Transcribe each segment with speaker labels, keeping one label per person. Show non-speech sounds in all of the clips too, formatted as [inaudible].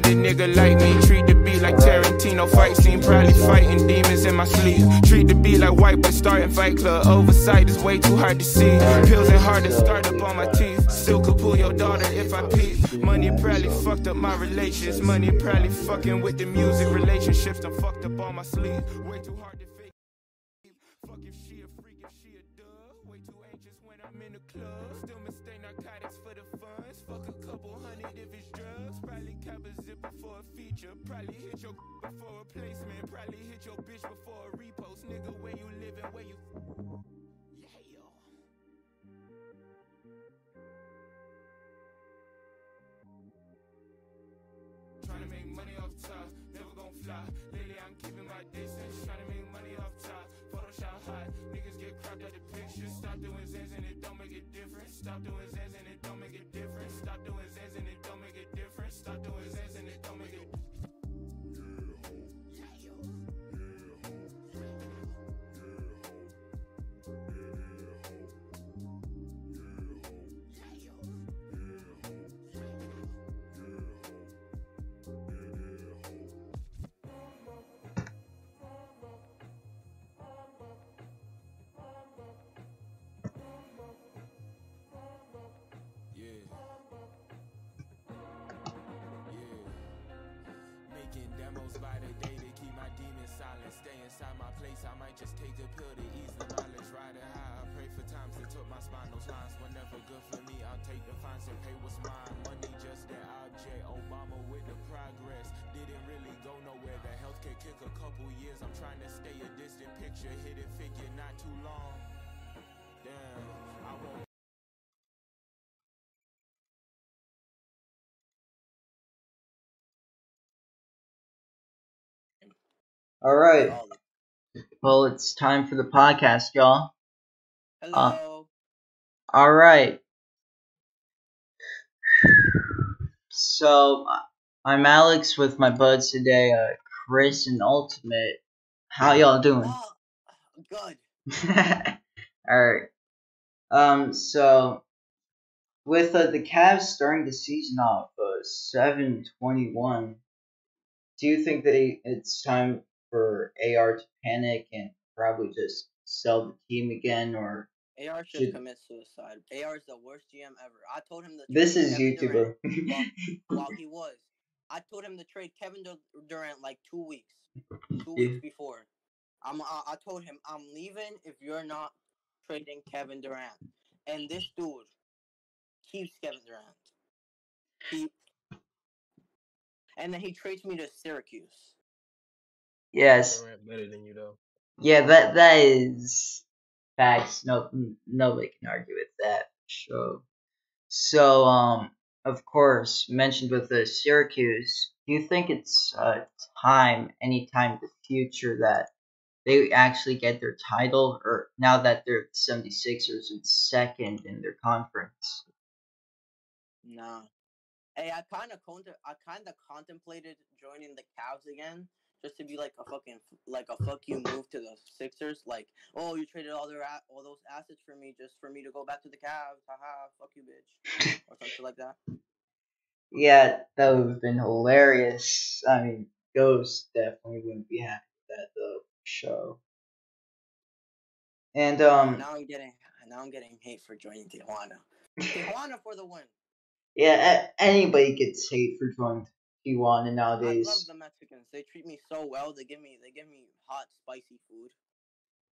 Speaker 1: minded nigga like me. Treat the beat like Tarantino fight scene. Probably fighting demons in my sleep. Treat the beat like white boy starting fight club. Oversight is way too hard to see. Pills and hard to start up on my teeth. Still could pull your daughter if I peep. Money probably fucked up my relations. Money probably fucking with the music relationships. I'm fucked up on my sleep. Way too hard to fake. Fuck if she a freak, if she a dub. Way too anxious when I'm in the club. Still mistake narcotics for the funds. Fuck a couple hundred if it's drugs. Probably cop a zipper for a feature. Probably hit your [laughs] before a placement. Probably hit your bitch before a repost. Nigga, where you living, where you. [laughs] Yeah. Tryna make money off top, never gon' fly. Lately I'm keeping my distance, tryna make money off top. Photoshop hot, niggas get cropped out the pictures. Stop doing zins and it don't make a difference. Stop doing zins and it don't make a difference. Stop doing zins and it don't make a difference. Stop doing zins and it don't make a Yeah. Yeah. Making demos by the day to keep my demons silent. Stay inside my place, I might just take a pill to ease the mileage. Riding high, I pray for times that took my spine. Those lines were never good for me. I'll take the fines and pay what's mine. Money just an object. Obama with the progress. Didn't really go nowhere. The health can kick a couple years. I'm trying to stay a distant picture. Hit a figure not too long. Damn, I won't.
Speaker 2: All right. Well, it's time for the podcast, y'all. Uh,
Speaker 3: Hello.
Speaker 2: All right. So I- I'm Alex with my buds today, uh, Chris and Ultimate. How y'all doing?
Speaker 3: Oh, good.
Speaker 2: [laughs] All right. Um. So with uh, the Cavs starting the season off uh, seven twenty one, do you think that it- it's time for AR to panic and probably just sell the team again, or
Speaker 3: AR should
Speaker 2: Should-
Speaker 3: commit suicide. AR is the worst GM ever. I told him to
Speaker 2: this
Speaker 3: trade
Speaker 2: is
Speaker 3: Kevin Durant
Speaker 2: YouTuber? [laughs]
Speaker 3: while he was. I told him to trade Kevin Dur- Durant like two weeks, two
Speaker 2: Yeah.
Speaker 3: weeks before. I'm, I, I told him I'm leaving if you're not trading Kevin Durant. And this dude keeps Kevin Durant.
Speaker 2: [laughs]
Speaker 3: He and then he trades me to Syracuse.
Speaker 2: yes.
Speaker 4: Durant better than you though.
Speaker 2: Yeah, that that is facts. No, n- nobody can argue with that. So, so um, of course, mentioned with the Syracuse. Do you think it's uh time, any time in the future that they actually get their title, or now that they're 76ers in second in their conference?
Speaker 3: Nah. Hey, I kind of contem- I kind of contemplated joining the Cavs again, just to be like a fucking like a fuck you move to the Sixers. Like, oh, you traded all their a- all those assets for me just for me to go back to the Cavs. Haha, fuck you, bitch, or something like that.
Speaker 2: Yeah, that would have been hilarious. I mean, Ghost definitely wouldn't be happy with that though. Show. And [laughs] um. [laughs]
Speaker 3: Now I'm getting now I'm getting hate for joining Tijuana. Tijuana for the win.
Speaker 2: Yeah, a- anybody gets hate for joining Tijuana
Speaker 3: I love
Speaker 2: nowadays.
Speaker 3: the Mexicans. They treat me so well. They give me they give me hot spicy food.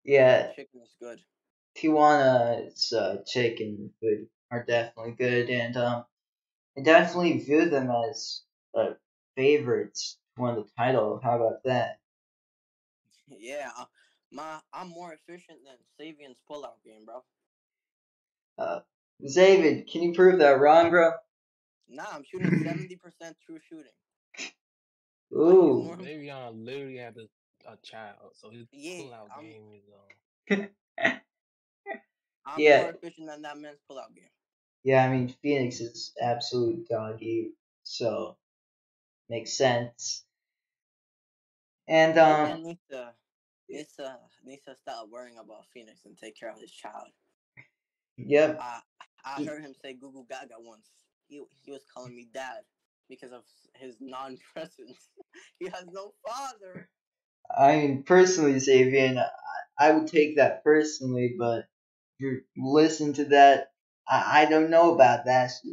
Speaker 2: Yeah,
Speaker 3: chicken is good. [laughs]
Speaker 2: Tijuana's uh, chicken and food are definitely good, and um, I definitely view them as uh, favorites to win the title. How about that?
Speaker 3: Yeah, uh, my I'm more efficient than Savian's pullout game, bro.
Speaker 2: David, can you prove that wrong, bro?
Speaker 3: Nah, I'm shooting seventy percent true shooting.
Speaker 2: Ooh,
Speaker 4: Le'Veon literally had a, a child, so his
Speaker 3: Yeah,
Speaker 4: pullout
Speaker 3: I'm-
Speaker 4: game is um.
Speaker 3: I'm
Speaker 2: Yeah.
Speaker 3: more efficient than that man's pullout game.
Speaker 2: yeah, I mean Phoenix is absolute doggy, so makes sense. And
Speaker 3: That
Speaker 2: um,
Speaker 3: man needs to needs to needs to stop worrying about Phoenix and take care of his child.
Speaker 2: yep,
Speaker 3: I I
Speaker 2: Ye-
Speaker 3: heard him say Google Gaga once. He he was calling me dad. because of his non-presence. [laughs] he has no father.
Speaker 2: I mean, personally, Xavier, I, I would take that personally, but you listen to that. I, I don't know about that shit.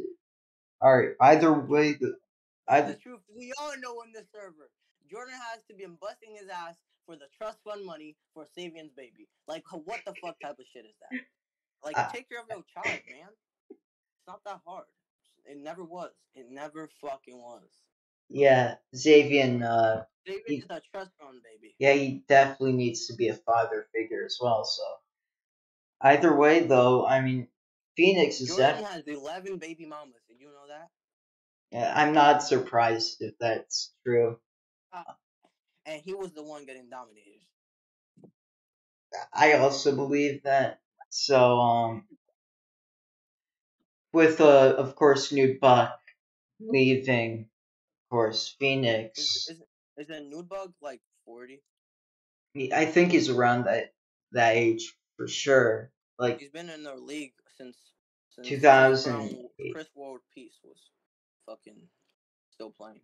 Speaker 2: All right, either way, the,
Speaker 3: The
Speaker 2: either
Speaker 3: truth, we all know in this server, Jordan has to be busting his ass for the trust fund money for Savian's baby. Like, h- what the fuck type of shit is that?
Speaker 2: Uh,
Speaker 3: Like, take care of your child, man. It's not that hard. It never was. It never fucking was.
Speaker 2: yeah, Xavier, uh,
Speaker 3: Savian
Speaker 2: He-
Speaker 3: is a trust fund baby.
Speaker 2: yeah, he definitely needs to be a father figure as well. So either way, though, I mean, Phoenix is
Speaker 3: Jordan
Speaker 2: that.
Speaker 3: has eleven baby mamas. Did you know that?
Speaker 2: I'm not surprised if that's true.
Speaker 3: And he was the one getting dominated.
Speaker 2: I also believe that. So, um, with uh, of course, New Buck leaving, of course, Phoenix.
Speaker 3: Mm-hmm. Is is, is a nude bug like forty?
Speaker 2: I think he's around that that age for sure. Like
Speaker 3: He's been in the league since, since
Speaker 2: 2008.
Speaker 3: Brown- Chris Ward Peace was fucking still playing.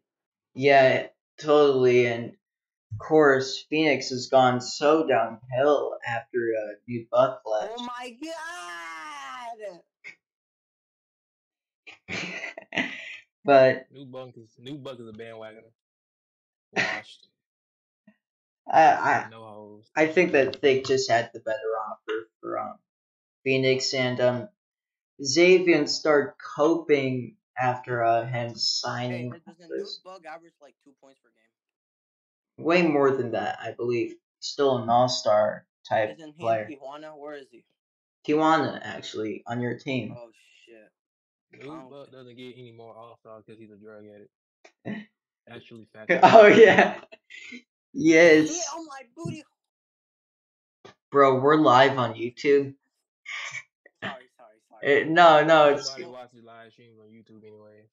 Speaker 2: Yeah, totally. And of course, Phoenix has gone so downhill after uh, New Buck left.
Speaker 3: Oh my god!
Speaker 2: but
Speaker 4: New bunk is new bunk is
Speaker 2: [laughs]
Speaker 4: a bandwagoner. Washed.
Speaker 2: I, I,
Speaker 4: no hoes.
Speaker 2: I think that they just had the better offer for um, Phoenix and um, Xavier start coping after uh, him
Speaker 3: Hey,
Speaker 2: signing
Speaker 3: does the nude
Speaker 2: this.
Speaker 3: bug average like two points per game?
Speaker 2: way more than that, I believe. Still an all star type
Speaker 3: Isn't he
Speaker 2: player.
Speaker 3: in Tijuana? Where is he?
Speaker 2: Tijuana actually on your team.
Speaker 3: Oh shit!
Speaker 4: New
Speaker 3: don't
Speaker 4: bunk doesn't get any more all star because he's a drug addict. Actually, fact.
Speaker 2: [laughs] Oh
Speaker 3: [laughs]
Speaker 2: yeah,
Speaker 3: Yeah,
Speaker 2: yes,
Speaker 3: oh my booty!
Speaker 2: bro. We're live on YouTube.
Speaker 3: Sorry, sorry, sorry.
Speaker 2: Eh, no, no, it's
Speaker 4: Nobody watches live streams on YouTube anyway.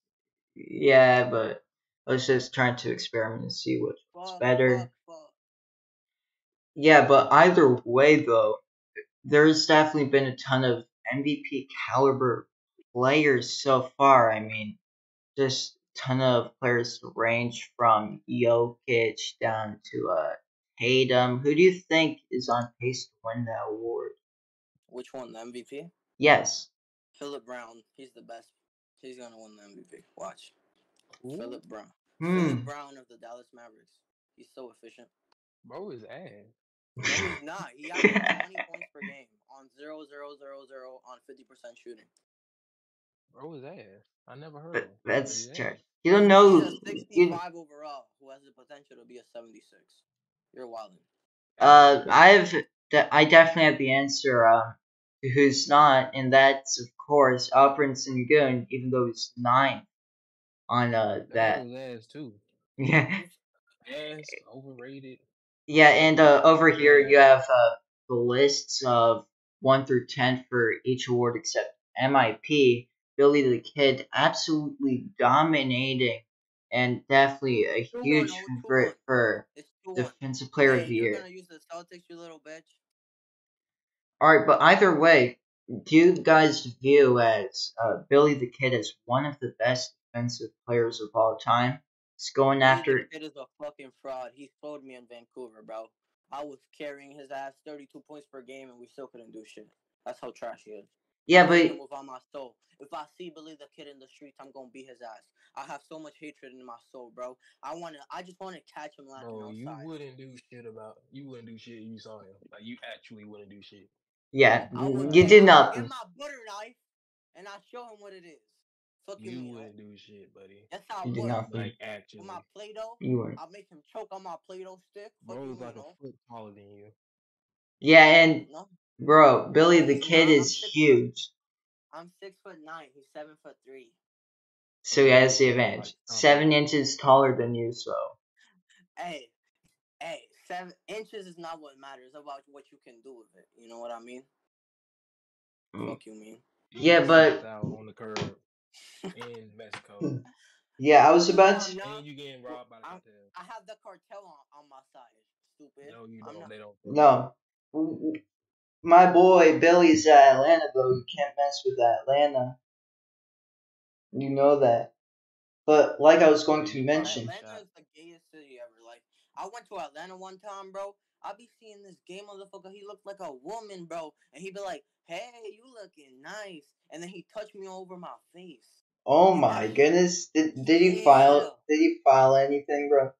Speaker 2: yeah, but I was just trying to experiment and see what
Speaker 3: Fuck,
Speaker 2: better.
Speaker 3: fuck, fuck.
Speaker 2: Yeah, but either way, though, there's definitely been a ton of MVP caliber players so far. I mean, just ton of players to range from Jokic down to uh Tatum. Who do you think is on pace to win that award?
Speaker 3: Which one? The MVP?
Speaker 2: Yes,
Speaker 3: Philip Brown. He's the best. He's gonna win the MVP. Watch. Philip Brown.
Speaker 2: Hmm.
Speaker 3: Philip Brown of the Dallas Mavericks. He's so efficient.
Speaker 4: Bro is ass.
Speaker 3: No, he's not. He averaged 20 points per game on 0, 0, 0, 0 on 50% shooting.
Speaker 4: Bro is ass. I never heard.
Speaker 2: Th-
Speaker 4: of him. But
Speaker 2: that's
Speaker 4: he's ass.
Speaker 2: true. You don't know.
Speaker 3: He's a
Speaker 2: You,
Speaker 3: 65 overall who has the potential to be a 76. You're wilding.
Speaker 2: uh, I've de- I definitely have the answer. Um, to who's not, and that's of course Alperin Sengun, even though he's nine on uh
Speaker 4: That
Speaker 2: that.
Speaker 4: was ass too.
Speaker 2: [laughs] Yeah,
Speaker 4: Ass overrated.
Speaker 2: yeah, and uh, over here you have uh, the lists of one through ten for each award except MIP. Billy the Kid absolutely dominating, and definitely a
Speaker 3: Two one,
Speaker 2: huge
Speaker 3: oh, two
Speaker 2: favorite
Speaker 3: one.
Speaker 2: for
Speaker 3: It's 2 1.
Speaker 2: Defensive Player of
Speaker 3: Hey,
Speaker 2: the
Speaker 3: you're
Speaker 2: Year.
Speaker 3: going to use the Celtics, you little bitch.
Speaker 2: All right, but either way, do you guys view as uh, Billy the Kid as one of the best defensive players of all time? He's going after.
Speaker 3: It is a fucking fraud. He sold me in Vancouver, bro. I was carrying his ass 32 points per game, and we still couldn't do shit. That's how trash he is.
Speaker 2: Yeah,
Speaker 3: I'm
Speaker 2: but
Speaker 3: gonna move on my soul. If I see Billy the Kid in the streets, I'm gonna beat his ass. I have so much hatred in my soul, bro. I wanna, I just wanna catch him laughing
Speaker 4: Bro, you
Speaker 3: outside.
Speaker 4: wouldn't do shit about. You wouldn't do shit. if You saw him. Like you actually wouldn't do shit.
Speaker 2: yeah,
Speaker 3: I would
Speaker 2: you
Speaker 3: get
Speaker 2: did
Speaker 3: my-
Speaker 2: nothing.
Speaker 3: Get my butter knife, and I show him what it is. Fuck you,
Speaker 4: You
Speaker 3: mean,
Speaker 4: wouldn't
Speaker 3: right?
Speaker 4: do shit, buddy.
Speaker 3: That's how I
Speaker 2: You did
Speaker 3: would.
Speaker 2: nothing.
Speaker 4: Like actually,
Speaker 3: With my Play-Doh,
Speaker 2: You weren't.
Speaker 3: I'll make him choke on my Play-Doh stick. Fuck
Speaker 4: bro
Speaker 3: you,
Speaker 4: is like
Speaker 3: mean,
Speaker 4: a foot taller than you.
Speaker 2: Yeah, and
Speaker 3: no? No,
Speaker 2: bro, Billy the
Speaker 3: He's
Speaker 2: Kid
Speaker 3: not.
Speaker 2: is huge,
Speaker 3: I'm six foot nine. He's seven foot three.
Speaker 2: so he has the advantage. Seven inches taller than you, so
Speaker 3: Hey, hey, seven inches is not what matters. It's about what you can do with it. You know what I mean?
Speaker 2: Mm.
Speaker 3: Fuck you, mean.
Speaker 4: You
Speaker 2: Yeah,
Speaker 4: get
Speaker 2: but-
Speaker 4: knocked out on
Speaker 3: [laughs]
Speaker 4: the curb in
Speaker 2: [laughs]
Speaker 4: Mexico,
Speaker 2: yeah, I was about.
Speaker 3: No,
Speaker 2: To,
Speaker 3: no,
Speaker 4: and you getting robbed by the
Speaker 3: I'm-
Speaker 4: cartel.
Speaker 3: I have the cartel on, on my side, stupid.
Speaker 4: No, you
Speaker 3: I'm
Speaker 4: don't.
Speaker 3: not-
Speaker 4: They don't.
Speaker 2: no, my boy Billy's at Atlanta though. You can't mess with Atlanta. You know that. But like I was going to mention,
Speaker 3: Atlanta is the gayest city ever. Like, I went to Atlanta one time, bro. I be seeing this gay motherfucker. He looked like a woman, bro, and he be like, "Hey, you looking nice," and then he touched me over my face.
Speaker 2: oh my goodness, did did you file did you file anything, bro?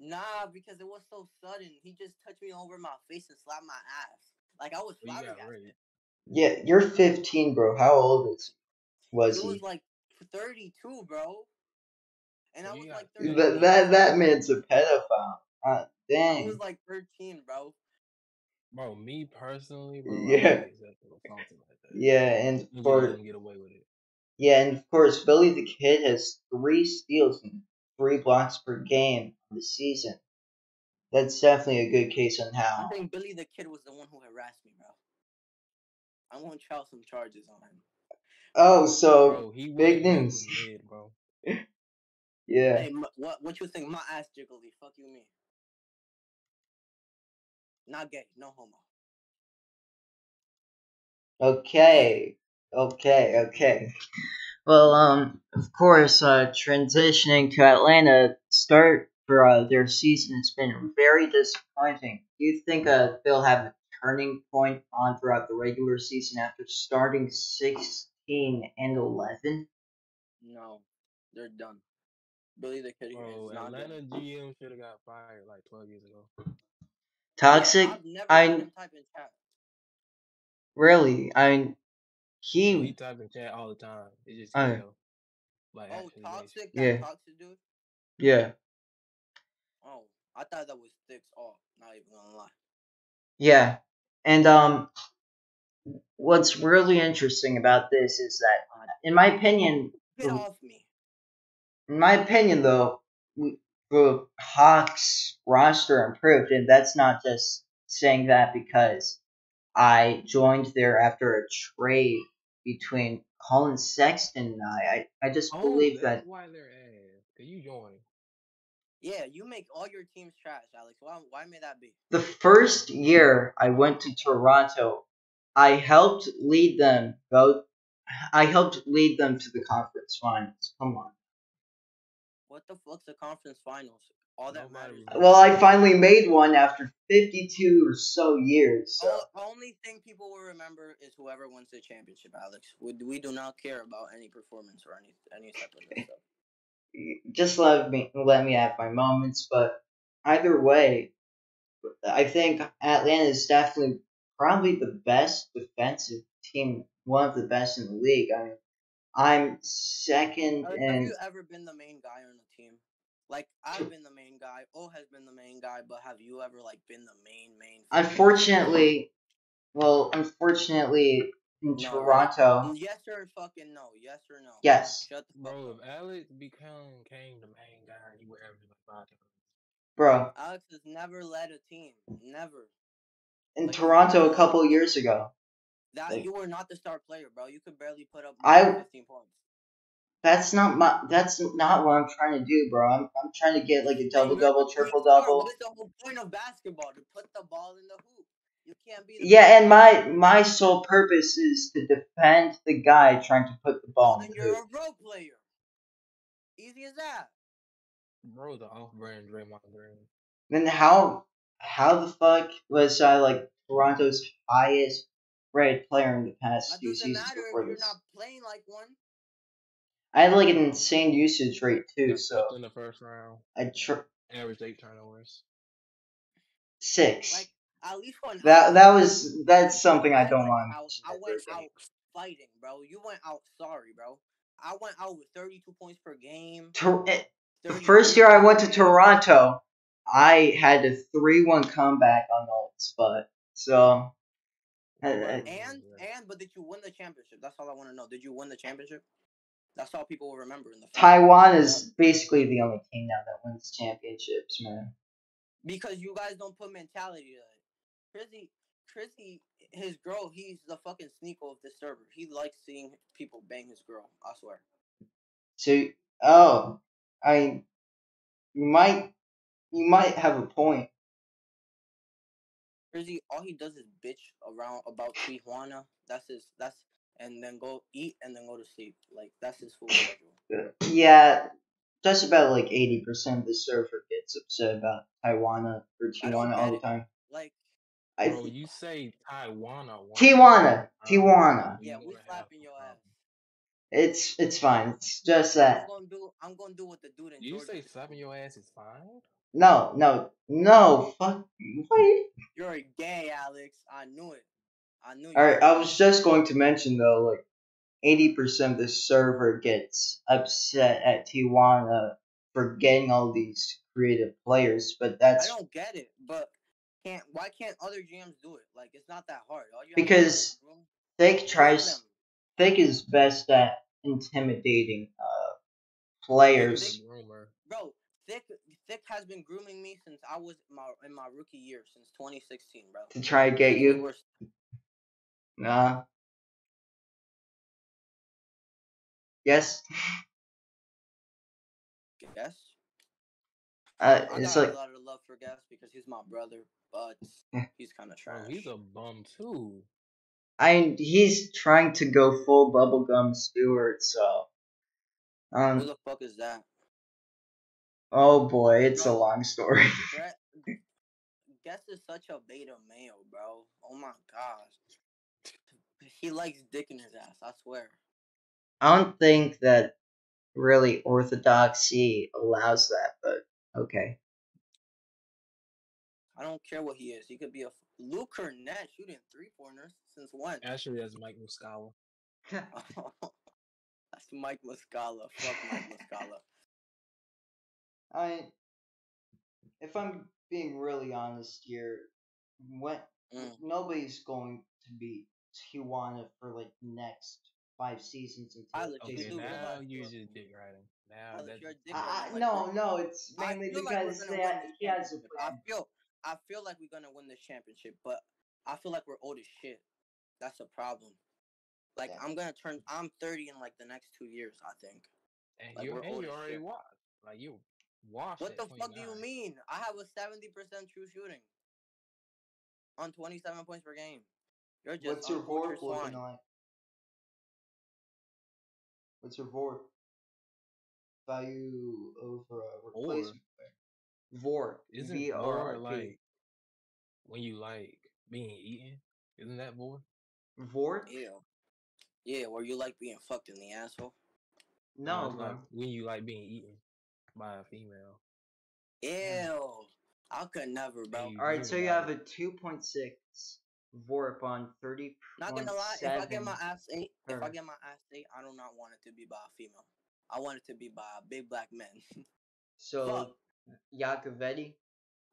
Speaker 3: Nah, because it was so sudden. He just touched me over my face and slapped my ass. Like I was
Speaker 4: Well, you got
Speaker 3: flabbergasted.
Speaker 4: raped.
Speaker 2: Yeah, you're 15, bro. How old is was
Speaker 3: It
Speaker 2: he?
Speaker 3: was like 32, bro. And I
Speaker 4: Well,
Speaker 3: was
Speaker 4: you
Speaker 3: like
Speaker 4: got-
Speaker 3: 13.
Speaker 2: That that that man's a pedophile. Uh,
Speaker 3: I
Speaker 2: dang.
Speaker 3: was like 13, bro.
Speaker 4: Bro, me personally, bro, I
Speaker 2: Yeah.
Speaker 4: wouldn't accept it or something like that.
Speaker 2: Yeah, and
Speaker 4: You let
Speaker 2: for
Speaker 4: them get away with it.
Speaker 2: yeah, and of course, Billy the Kid has three steals and three blocks per game on the season. That's definitely a good case on
Speaker 3: I
Speaker 2: how.
Speaker 3: think Billy the Kid was the one who harassed me, bro. I'm gonna try some charges on him.
Speaker 2: Oh, so
Speaker 4: Bro, he was
Speaker 2: big
Speaker 4: raped
Speaker 2: news.
Speaker 4: with lead, bro.
Speaker 2: yeah,
Speaker 3: Hey, m- what what you think? My ass jiggly. Fuck you, me. Not gay. No homo.
Speaker 2: okay, okay, okay. Well, um, of course, uh, transitioning to Atlanta start for uh, their season has been very disappointing. Do you think uh, they'll have a turning point on throughout the regular season after starting 16 and 11?
Speaker 3: No, they're done. Billy the Kid
Speaker 4: Bro,
Speaker 3: is not good.
Speaker 4: Atlanta GM should have got fired like 12 years ago.
Speaker 3: Yeah,
Speaker 2: Toxic?
Speaker 3: I've never
Speaker 2: I-
Speaker 3: seen him type in chat.
Speaker 2: Really? I mean,
Speaker 4: We
Speaker 2: he.
Speaker 4: type in chat all the time. It just,
Speaker 2: Oh.
Speaker 4: you know, like,
Speaker 3: Oh,
Speaker 4: actually, makes-
Speaker 3: toxic. That
Speaker 2: Yeah.
Speaker 3: toxic dude.
Speaker 2: Yeah.
Speaker 3: Oh, I thought that was sticks off. Not even gonna lie.
Speaker 2: Yeah. And, um, what's really interesting about this is that, uh, in my opinion,
Speaker 3: Get
Speaker 2: Mm.
Speaker 3: off me.
Speaker 2: In my opinion, though, we- the Hawks roster improved, and that's not just saying that because I joined there after a trade between Colin Sexton and I. I, I just
Speaker 4: Oh,
Speaker 2: believe
Speaker 4: that's
Speaker 2: that.
Speaker 4: why they're ass. Cause you joined.
Speaker 3: Yeah, you make all your teams trash, Alex. Why? Why may that be?
Speaker 2: The first year I went to Toronto, I helped lead them go. I helped lead them to the conference finals. Come on.
Speaker 3: What the fuck's the conference finals? All that
Speaker 4: Nobody
Speaker 3: matters.
Speaker 4: was
Speaker 2: Well, I finally made one after 52 or so years. So.
Speaker 3: The only thing people will remember is whoever wins the championship, Alex. We, we do not care about any performance or any any type of this
Speaker 2: [laughs]
Speaker 3: stuff.
Speaker 2: just let me let me have my moments. But either way, I think Atlanta is definitely probably the best defensive team, one of the best in the league. I mean, I'm second
Speaker 3: Alex, Have
Speaker 2: in
Speaker 3: you ever been the main guy on a team? Like I've been the main guy. O has been the main guy, but have you ever like been the main main?
Speaker 2: unfortunately, well, unfortunately in
Speaker 3: No,
Speaker 2: Toronto,
Speaker 3: Yes or fucking no. Yes or no.
Speaker 2: um, yes,
Speaker 3: Shut the fuck
Speaker 4: Bro,
Speaker 3: up.
Speaker 4: if e Alex became came the main guy, he would average like five times.
Speaker 2: bro.
Speaker 3: Alex has never led a team. Never.
Speaker 2: In Toronto a couple years ago,
Speaker 3: That
Speaker 2: Like-
Speaker 3: you were not the star player, bro. You could barely put up
Speaker 2: I-
Speaker 3: more than fifteen points.
Speaker 2: that's not my. That's not what I'm trying to do, bro. I'm I'm trying to get like a double double, triple double.
Speaker 3: That's the whole point of basketball to put the ball in the hoop. You can't be. The
Speaker 2: Yeah, and my my sole purpose is to defend the guy trying to put the ball in
Speaker 3: And
Speaker 2: the
Speaker 3: you're
Speaker 2: hoop.
Speaker 3: a role player. Easy as that.
Speaker 4: Bro, the off-brand Draymond Green.
Speaker 2: Then how how the fuck was I like Toronto's highest rated player in the past
Speaker 3: That
Speaker 2: two
Speaker 3: doesn't
Speaker 2: seasons
Speaker 3: matter if
Speaker 2: before
Speaker 3: you're
Speaker 2: this?
Speaker 3: not playing like one.
Speaker 2: I had like an insane usage rate too,
Speaker 4: Got
Speaker 2: so
Speaker 4: swept in the first round,
Speaker 2: I tr-
Speaker 4: averaged eight turnovers.
Speaker 2: six.
Speaker 3: Like at least one.
Speaker 2: that that was that's something I don't want.
Speaker 3: Out, I went out fighting, bro. You went out sorry, bro. I went out with 32 points per game.
Speaker 2: Tor- eh, the
Speaker 3: 30
Speaker 2: first year I went to
Speaker 3: points.
Speaker 2: Toronto, I had a three-one comeback on Alts, but so. uh, I- I-
Speaker 3: And and but did you win the championship? That's all I want to know. Did you win the championship? That's all people will remember in the future.
Speaker 2: Taiwan is basically the only team now that wins championships, man.
Speaker 3: because you guys don't put mentality to it. Chrissy, Chrissy, his girl, he's the fucking sneaker of the server. He likes seeing people bang his girl. I swear.
Speaker 2: So, oh, I, you might, you might have a point.
Speaker 3: Chrissy, all he does is bitch around about Tijuana. That's his. That's and then go eat and then go to sleep. Like that's his full schedule.
Speaker 2: Yeah, just about like 80% of the surfer gets upset about Tijuana or
Speaker 3: I don't
Speaker 2: Tijuana all
Speaker 3: get
Speaker 2: the
Speaker 3: it.
Speaker 2: time.
Speaker 3: Like
Speaker 4: Bro,
Speaker 2: I,
Speaker 4: you say Tijuana.
Speaker 2: Tijuana, Tijuana.
Speaker 3: yeah, we slapping your ass.
Speaker 2: it's it's fine. It's just that.
Speaker 3: I'm gonna do I'm gonna do what the dude in
Speaker 4: You
Speaker 3: Jordan.
Speaker 4: say
Speaker 3: did.
Speaker 4: slapping your ass is fine?
Speaker 2: No, no, no. Fuck. What?
Speaker 3: You're gay, Alex. I knew it. I knew you
Speaker 2: All right.
Speaker 3: were
Speaker 2: I
Speaker 3: gay.
Speaker 2: was just going to mention though, like 80% of the server gets upset at Tijuana for getting all these creative players, but
Speaker 3: I
Speaker 2: that's
Speaker 3: don't get it, but can't why can't other GMs do it? Like it's not that hard. All you have to do
Speaker 2: Because
Speaker 3: is room-
Speaker 2: Thick
Speaker 3: room
Speaker 2: tries.
Speaker 3: them.
Speaker 2: Thick is best at intimidating uh players.
Speaker 4: Big rumor.
Speaker 3: bro. Thick Thick has been grooming me since I was my in my rookie year since 2016, bro.
Speaker 2: to try to get
Speaker 3: Thick
Speaker 2: you.
Speaker 3: was-
Speaker 2: Nah. Yes.
Speaker 3: Guess.
Speaker 2: Uh,
Speaker 3: I
Speaker 2: it's
Speaker 3: got
Speaker 2: like Eh.
Speaker 3: a lot of love for Gas because he's my brother, but he's kind of
Speaker 4: Bro,
Speaker 3: trash.
Speaker 4: he's a bum too.
Speaker 2: I he's trying to go full bubblegum Stewart, so
Speaker 3: Who
Speaker 2: um
Speaker 3: the fuck is that?
Speaker 2: oh boy, it's a long story. [laughs]
Speaker 3: Brett,
Speaker 2: Mm.
Speaker 3: Guess is such a beta male, bro. Oh my gosh. He likes dick in his ass. I swear.
Speaker 2: I don't think that really orthodoxy allows that, but okay.
Speaker 3: I don't care what he is. He could be a f- Luke Cornett shooting three pointers since when?
Speaker 4: Actually, that's Mike Muscala.
Speaker 3: [laughs] That's Mike Muscala. Fuck Mike Muscala.
Speaker 2: I if I'm being really honest here, what
Speaker 3: Mm.
Speaker 2: nobody's going to be Tijuana for like next five seasons until
Speaker 3: Alex, you
Speaker 4: Okay,
Speaker 3: do
Speaker 4: now
Speaker 3: realize
Speaker 4: you
Speaker 3: what-
Speaker 4: just dick riding. Now
Speaker 3: Alex,
Speaker 4: that's
Speaker 3: you're a dick
Speaker 2: I,
Speaker 3: riding.
Speaker 2: I, no,
Speaker 3: Like,
Speaker 2: no, it's
Speaker 3: I
Speaker 2: mainly
Speaker 3: feel like we're
Speaker 2: because
Speaker 3: gonna
Speaker 2: they
Speaker 3: win
Speaker 2: ha-
Speaker 3: this
Speaker 2: he has a
Speaker 3: championship. I
Speaker 2: plan.
Speaker 3: feel I feel like we're gonna win this championship, but I feel like we're old as shit. That's a problem. Like
Speaker 2: Yeah.
Speaker 3: I'm gonna turn I'm thirty in like the next two years, I think.
Speaker 4: and
Speaker 3: Like,
Speaker 4: you
Speaker 3: we're
Speaker 4: and
Speaker 3: old
Speaker 4: you
Speaker 3: as
Speaker 4: already
Speaker 3: shit.
Speaker 4: washed. Like you washed.
Speaker 3: What
Speaker 4: at
Speaker 3: the fuck do you
Speaker 4: 29.
Speaker 3: mean? I have a seventy percent true shooting. On twenty seven points per game. You're just
Speaker 2: What's your
Speaker 3: on torture
Speaker 2: board looking
Speaker 3: swine.
Speaker 2: like? What's your board value over uh, replacement? Vork.
Speaker 4: Isn't
Speaker 2: V
Speaker 4: bored
Speaker 2: O R K.
Speaker 4: like when you like being eaten? Isn't that bored?
Speaker 2: Vork?
Speaker 3: Ew. Yeah, where you like being fucked in the asshole.
Speaker 4: No,
Speaker 2: No,
Speaker 4: it's like
Speaker 2: bro.
Speaker 4: when you like being eaten by a female.
Speaker 3: Ew. I could never, bro.
Speaker 4: Ew.
Speaker 2: Alright, so you
Speaker 4: Right.
Speaker 2: have a 2.6 Vorp on 30.
Speaker 3: Not gonna lie, if I get my
Speaker 2: 0.7.
Speaker 3: ass ate, if I
Speaker 2: Sure.
Speaker 3: get my ass ate, I do not want it to be by a female. I want it to be by a big black man.
Speaker 2: So, Yacovetti?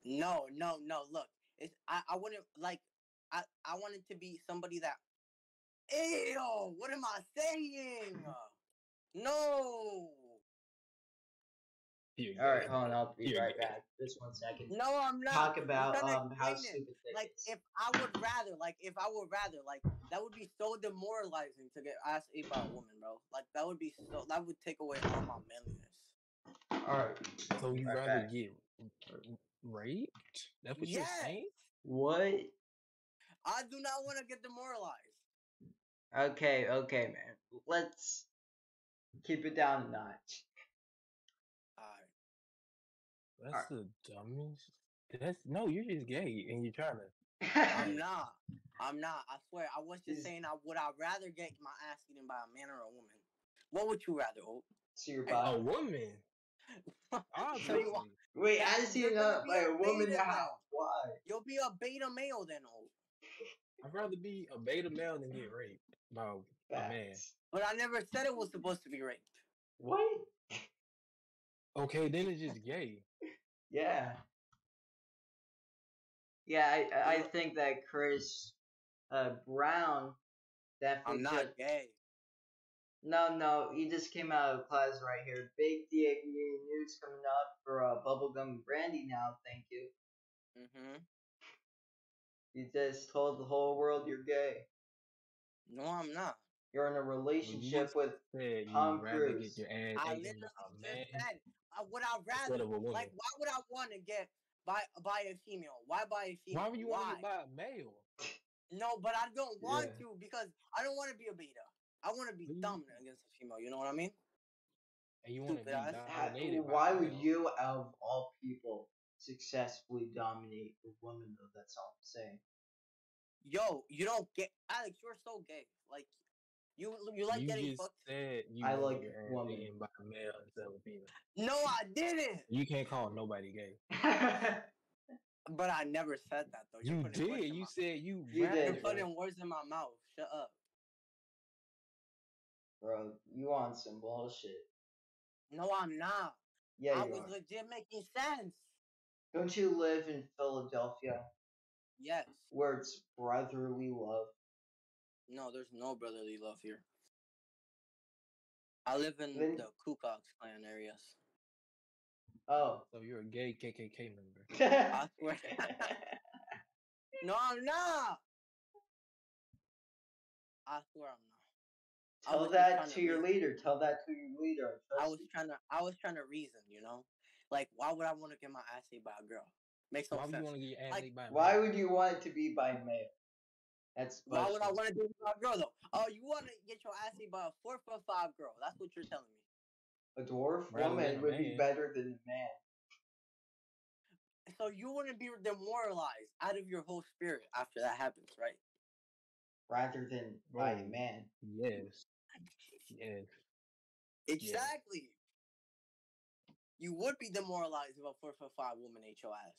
Speaker 3: no, no, no. Look, it's I, I wouldn't like. I, I want it to be somebody that. Ew! What am I
Speaker 2: [laughs]
Speaker 3: saying? No,
Speaker 4: Here you
Speaker 2: Alright,
Speaker 4: go.
Speaker 2: hold on, I'll be
Speaker 4: Here
Speaker 2: right
Speaker 4: you go.
Speaker 2: back. Just one second.
Speaker 3: no, I'm not.
Speaker 2: Talk
Speaker 3: I'm
Speaker 2: about
Speaker 3: trying to
Speaker 2: um how
Speaker 3: explain it.
Speaker 2: stupid that
Speaker 3: Like,
Speaker 2: is.
Speaker 3: if I would rather, like, if I would rather, like, that would be so demoralizing to get ass ate by a woman, bro. Like, that would be so. That would take away all my manliness.
Speaker 2: Alright.
Speaker 4: So you
Speaker 2: Right
Speaker 4: rather
Speaker 2: back.
Speaker 4: get raped? That's what
Speaker 3: Yes.
Speaker 4: you're saying?
Speaker 2: What?
Speaker 3: I do not want to get demoralized.
Speaker 2: Okay, okay, man. Let's keep it down a notch. Ah,
Speaker 3: Alright.
Speaker 4: That's the dumbest. That's no, you're just gay and you're trying to.
Speaker 2: [laughs]
Speaker 3: I'm not. I'm not. I swear. I was just
Speaker 2: Is-
Speaker 3: saying. I would. I rather get my ass eaten by a man or a woman. What would you rather? Hope? [laughs]
Speaker 2: So you're
Speaker 3: Hey,
Speaker 2: bi.
Speaker 4: A woman. Obviously.
Speaker 3: Uh, you want-
Speaker 2: Wait, I
Speaker 3: That's-
Speaker 2: see
Speaker 3: you're
Speaker 2: it
Speaker 3: gonna
Speaker 2: up
Speaker 3: be
Speaker 2: by a
Speaker 3: a
Speaker 2: woman
Speaker 3: beta
Speaker 2: now.
Speaker 3: now.
Speaker 2: Why?
Speaker 3: You'll be a beta male then, Hope.
Speaker 4: I'd rather be a beta male than get raped by a a man.
Speaker 2: Facts.
Speaker 3: But I never said it was supposed to be raped.
Speaker 2: What?
Speaker 4: Okay, then it's just gay.
Speaker 2: Yeah. Yeah, I I
Speaker 3: Yeah.
Speaker 2: think that Chris uh Brown definitely
Speaker 3: I'm not
Speaker 2: should-
Speaker 3: gay.
Speaker 2: No, no, he just came out of class right here. Big DAB news coming up for uh, bubblegum brandy now, thank you.
Speaker 3: hmm
Speaker 2: You just told the whole world you're gay.
Speaker 3: No, I'm not.
Speaker 2: You're in a relationship
Speaker 4: just
Speaker 2: with
Speaker 4: Said you
Speaker 2: Tom
Speaker 4: rather
Speaker 2: Cruise.
Speaker 4: get your ass
Speaker 3: I
Speaker 4: eaten
Speaker 3: literally
Speaker 4: by a man
Speaker 3: just said. I would I
Speaker 4: instead
Speaker 3: rather?
Speaker 4: of a woman.
Speaker 3: Like, why would I want to get by by a female? Why by a female?
Speaker 4: Why would you
Speaker 3: Why?
Speaker 4: want to get by a male?
Speaker 3: No, but I don't want
Speaker 4: Yeah.
Speaker 3: to because I don't want to be a beta. I want to be
Speaker 4: What do you
Speaker 3: dominant against a female. You know what I mean?
Speaker 4: And you want to be
Speaker 3: Stupid ass.
Speaker 2: Ha-
Speaker 4: dominated by
Speaker 2: Why
Speaker 4: a
Speaker 2: would
Speaker 4: male.
Speaker 2: you, out of all people, successfully dominate a woman? Though that's all I'm saying.
Speaker 3: Yo, you don't get Alex. You're so gay. Like you, you like
Speaker 4: you
Speaker 3: getting
Speaker 4: just
Speaker 3: fucked.
Speaker 4: said you
Speaker 2: I
Speaker 4: wanna
Speaker 2: like
Speaker 4: get
Speaker 2: women.
Speaker 4: dominated by a male instead of a female.
Speaker 3: No, I didn't.
Speaker 4: You can't call nobody gay.
Speaker 3: But I never said that though. Oh, You're
Speaker 4: You
Speaker 3: putting words
Speaker 4: did.
Speaker 3: in
Speaker 4: You
Speaker 3: my-
Speaker 4: said you.
Speaker 2: You
Speaker 4: rather-
Speaker 2: did.
Speaker 3: You're putting words in my mouth. Shut up.
Speaker 2: [laughs] Bro, you on some bullshit?
Speaker 3: No, I'm not.
Speaker 2: Yeah,
Speaker 3: I
Speaker 2: you
Speaker 3: was
Speaker 2: are.
Speaker 3: legit making sense.
Speaker 2: Don't you live in Philadelphia,
Speaker 3: Yes.
Speaker 2: where it's brotherly love?
Speaker 3: No, there's no brotherly love here. I live in
Speaker 2: Then-
Speaker 3: the Ku Klux Klan areas.
Speaker 2: Oh. [laughs]
Speaker 4: So you're a gay KKK member.
Speaker 3: I swear. no, I'm not. I swear I'm not. I
Speaker 2: Tell
Speaker 3: was just
Speaker 2: that
Speaker 3: trying
Speaker 2: to your
Speaker 3: reason.
Speaker 2: leader. Tell that to your leader. I
Speaker 3: I
Speaker 2: trust
Speaker 3: was
Speaker 2: you.
Speaker 3: trying to. I was trying to reason. You know, like why would I want to get my ass ate by a girl? Makes no
Speaker 4: Why would you
Speaker 3: sense.
Speaker 4: want to get your ass
Speaker 3: Like,
Speaker 4: ate by a
Speaker 2: Why
Speaker 4: male?
Speaker 2: would you want it to be by mail? That's
Speaker 3: Why would I
Speaker 2: questions.
Speaker 3: want to do it by a girl though? Oh, you want to get your ass ate by a four foot five girl? That's what you're telling me.
Speaker 2: a dwarf
Speaker 4: Rather than
Speaker 2: woman
Speaker 4: a
Speaker 2: would be
Speaker 4: man.
Speaker 2: better than a man.
Speaker 3: So you want to be demoralized out of your whole spirit after that happens, right?
Speaker 2: rather than by a
Speaker 4: Right.
Speaker 2: man.
Speaker 4: Yes. Yes.
Speaker 3: Exactly. You would be demoralized if a four foot five woman ate your ass.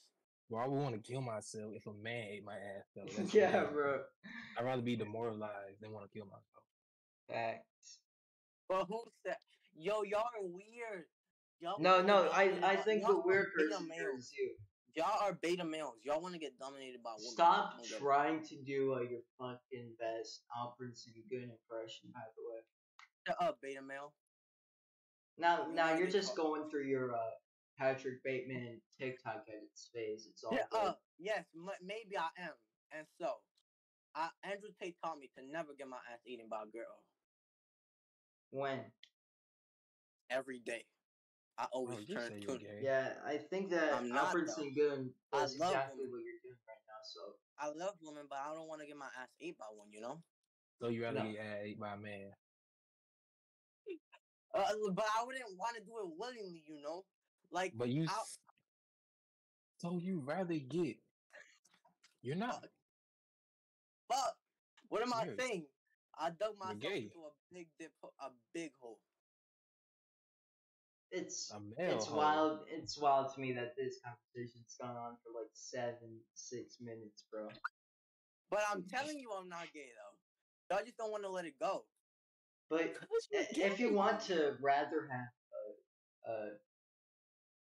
Speaker 4: Well, I would want to kill myself if a man ate my ass.
Speaker 2: [laughs]
Speaker 4: Though. That's
Speaker 2: yeah,
Speaker 4: gay.
Speaker 2: bro.
Speaker 4: I'd rather be demoralized than want to kill myself.
Speaker 2: Facts.
Speaker 3: But who said, yo, y'all are weird. Y'all
Speaker 2: No,
Speaker 3: wanna get
Speaker 2: no, I,
Speaker 3: dominated
Speaker 2: I
Speaker 3: by-
Speaker 2: think
Speaker 3: y'all
Speaker 2: the
Speaker 3: are
Speaker 2: weird
Speaker 3: beta
Speaker 2: person here
Speaker 3: males.
Speaker 2: is you.
Speaker 3: Y'all are beta males. Y'all want to get dominated by women.
Speaker 2: Stop
Speaker 3: Don't get it.
Speaker 2: trying to do uh, your fucking best. Alfred's a good impression, by the way.
Speaker 3: Shut up, beta male.
Speaker 2: Now,
Speaker 3: You
Speaker 2: now
Speaker 3: wanna
Speaker 2: you're
Speaker 3: be
Speaker 2: just
Speaker 3: called-
Speaker 2: going through your uh, Patrick Bateman TikTok at its phase. It's all
Speaker 3: Shut
Speaker 2: good.
Speaker 3: up. Yes, m- maybe I am. And so, I, Andrew Tate taught me to never get my ass eaten by a girl
Speaker 2: when.
Speaker 3: every day. I
Speaker 4: Bro,
Speaker 3: always
Speaker 4: you
Speaker 3: turn
Speaker 4: say
Speaker 3: Oh, to
Speaker 4: you're
Speaker 3: it.
Speaker 4: gay.
Speaker 2: Yeah, I think that
Speaker 3: I'm not,
Speaker 2: Alfred's
Speaker 3: though.
Speaker 2: a good
Speaker 3: I
Speaker 2: does
Speaker 3: love
Speaker 2: exactly
Speaker 3: him.
Speaker 2: what you're doing right now. So
Speaker 3: I love women, but I don't want to get my ass ate by one, you know?
Speaker 4: So you rather
Speaker 2: No.
Speaker 4: get your ass ate by a man.
Speaker 3: Uh, but I wouldn't want to do it willingly, you know? Like,
Speaker 4: But you.
Speaker 3: I'll-
Speaker 4: s- So you rather get. You're not.
Speaker 3: fuck. What am I
Speaker 4: Dude.
Speaker 3: saying? I dug myself
Speaker 4: gay.
Speaker 3: into a big dip, ho- a big hole.
Speaker 2: it's
Speaker 4: A male.
Speaker 2: it's
Speaker 4: hoe.
Speaker 2: wild. It's wild to me that this conversation's gone on for like seven, six minutes, bro.
Speaker 3: But I'm telling you, I'm not gay though. Y'all just don't want to let it go.
Speaker 2: But i- if you want to rather have uh, uh,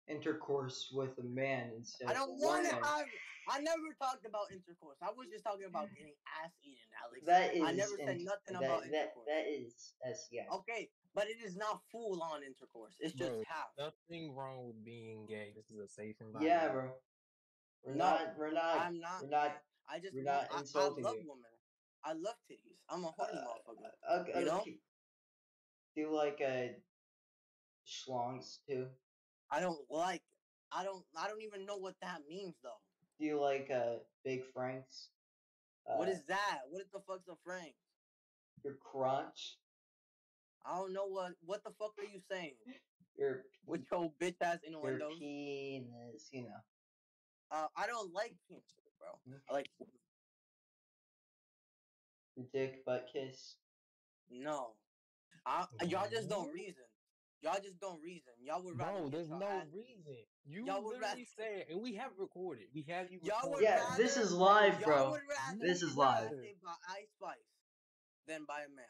Speaker 2: intercourse with a man instead,
Speaker 3: I
Speaker 2: of a
Speaker 3: don't want to
Speaker 2: woman,
Speaker 3: have. I never talked about intercourse. I was just talking about getting ass eaten, Alex.
Speaker 2: Mm. That is,
Speaker 3: I never said
Speaker 2: int-
Speaker 3: nothing
Speaker 2: that,
Speaker 3: about
Speaker 2: that.
Speaker 3: intercourse.
Speaker 2: That is that's yeah.
Speaker 3: okay, but it is not full on intercourse. It's just
Speaker 4: Bro,
Speaker 3: half.
Speaker 4: Nothing wrong with being gay. This is a safe environment.
Speaker 2: Yeah, bro. We're
Speaker 3: No,
Speaker 2: not. We're not.
Speaker 3: I'm not.
Speaker 2: we're not.
Speaker 3: gay. I just.
Speaker 2: we're
Speaker 3: want-
Speaker 2: not
Speaker 3: I-
Speaker 2: insulting
Speaker 3: I, love
Speaker 2: you.
Speaker 3: women. I love titties. I'm a
Speaker 2: uh,
Speaker 3: horny motherfucker.
Speaker 2: Okay,
Speaker 3: You know?
Speaker 2: okay. uh, Do like a schlongs too.
Speaker 3: I don't like. I don't. I don't even know what that means though.
Speaker 2: Do you like uh Big Franks? Uh,
Speaker 3: what is that? What the fuck's a frame?
Speaker 2: your crunch?
Speaker 3: I don't know what. What the fuck are you
Speaker 2: [laughs]
Speaker 3: saying?
Speaker 2: Your
Speaker 3: With your bitch ass
Speaker 2: your
Speaker 3: innuendos?
Speaker 2: penis, you know.
Speaker 3: Uh, I don't like penis, bro.
Speaker 2: Mm.
Speaker 3: I like
Speaker 2: Your dick butt kiss.
Speaker 3: no. I, y'all just don't reason. Y'all just don't reason. Y'all would rather.
Speaker 4: Bro,
Speaker 3: get
Speaker 4: there's
Speaker 3: y'all
Speaker 4: no
Speaker 3: ass-
Speaker 4: reason. You
Speaker 3: Y'all would
Speaker 4: literally
Speaker 3: rather-
Speaker 4: said, and we have recorded. We have you.
Speaker 3: Y'all would
Speaker 4: recorded.
Speaker 2: Yeah, this
Speaker 3: rather-
Speaker 2: is live,
Speaker 3: y'all
Speaker 2: bro.
Speaker 3: would rather
Speaker 2: This
Speaker 3: get
Speaker 2: is
Speaker 3: y'all
Speaker 2: live.
Speaker 3: ass ate By Ice Spice than by a man.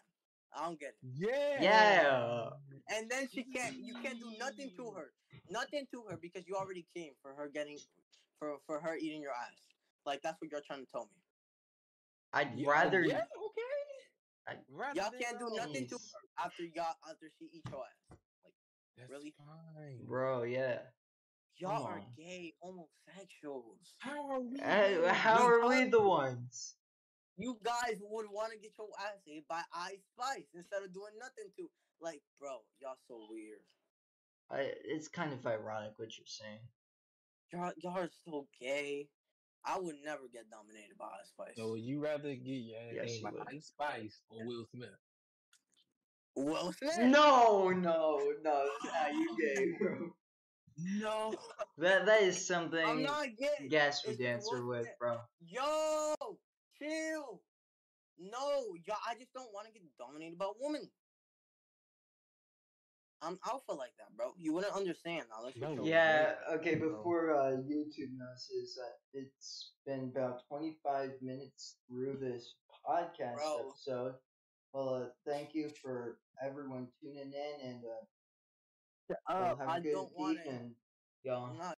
Speaker 3: I don't get it.
Speaker 4: Yeah.
Speaker 2: Yeah.
Speaker 3: And then she can't. You can't do nothing to her. Nothing to her because you already came for her getting, for for her eating your ass. Like that's what y'all trying to tell me.
Speaker 2: I'd
Speaker 4: Yeah, oh,
Speaker 2: rather
Speaker 4: Yeah, okay.
Speaker 2: I-
Speaker 4: Rather
Speaker 3: Y'all
Speaker 4: than
Speaker 3: can't do
Speaker 4: no.
Speaker 3: nothing to
Speaker 2: Jeez.
Speaker 3: her after y'all after she eats your ass.
Speaker 4: That's
Speaker 3: Really?
Speaker 4: fine.
Speaker 2: bro, yeah.
Speaker 3: Y'all are
Speaker 2: on.
Speaker 3: gay homosexuals.
Speaker 4: How are we?
Speaker 2: Hey,
Speaker 4: gay?
Speaker 2: how are we
Speaker 3: Because-
Speaker 2: the ones?
Speaker 3: You guys would want to get your ass ate by Ice Spice instead of doing nothing to. Like, bro, y'all so weird.
Speaker 2: I, it's kind of ironic what you're saying.
Speaker 3: Y'all y'all are so gay. I would never get dominated by Ice Spice.
Speaker 4: So would you rather get your ass
Speaker 2: Yes,
Speaker 4: yes,
Speaker 2: you
Speaker 4: by
Speaker 2: would.
Speaker 4: Ice Spice or Will Smith?
Speaker 3: Will
Speaker 2: [laughs]
Speaker 3: Smith?
Speaker 2: No, no, no, that's not you gay, bro.
Speaker 3: no,
Speaker 2: [laughs] That that is something
Speaker 3: I'm not getting.
Speaker 2: Gas would
Speaker 3: It's the
Speaker 2: answer
Speaker 3: one
Speaker 2: with,
Speaker 3: that-
Speaker 2: bro.
Speaker 3: Yo, chill. No, yo, I just don't want to get dominated by a woman. I'm alpha like that, bro. You wouldn't understand unless you.
Speaker 4: No,
Speaker 3: show-
Speaker 2: Yeah,
Speaker 4: yeah,
Speaker 2: okay,
Speaker 4: bro.
Speaker 2: before uh, YouTube notices, uh, it's been about 25 minutes through this podcast
Speaker 3: Bro.
Speaker 2: episode. Well, uh, thank you for everyone tuning in and uh,
Speaker 3: Uh,
Speaker 2: have a
Speaker 3: Oh, I
Speaker 2: good
Speaker 3: don't want to.
Speaker 2: evening, y'all.
Speaker 3: I'm not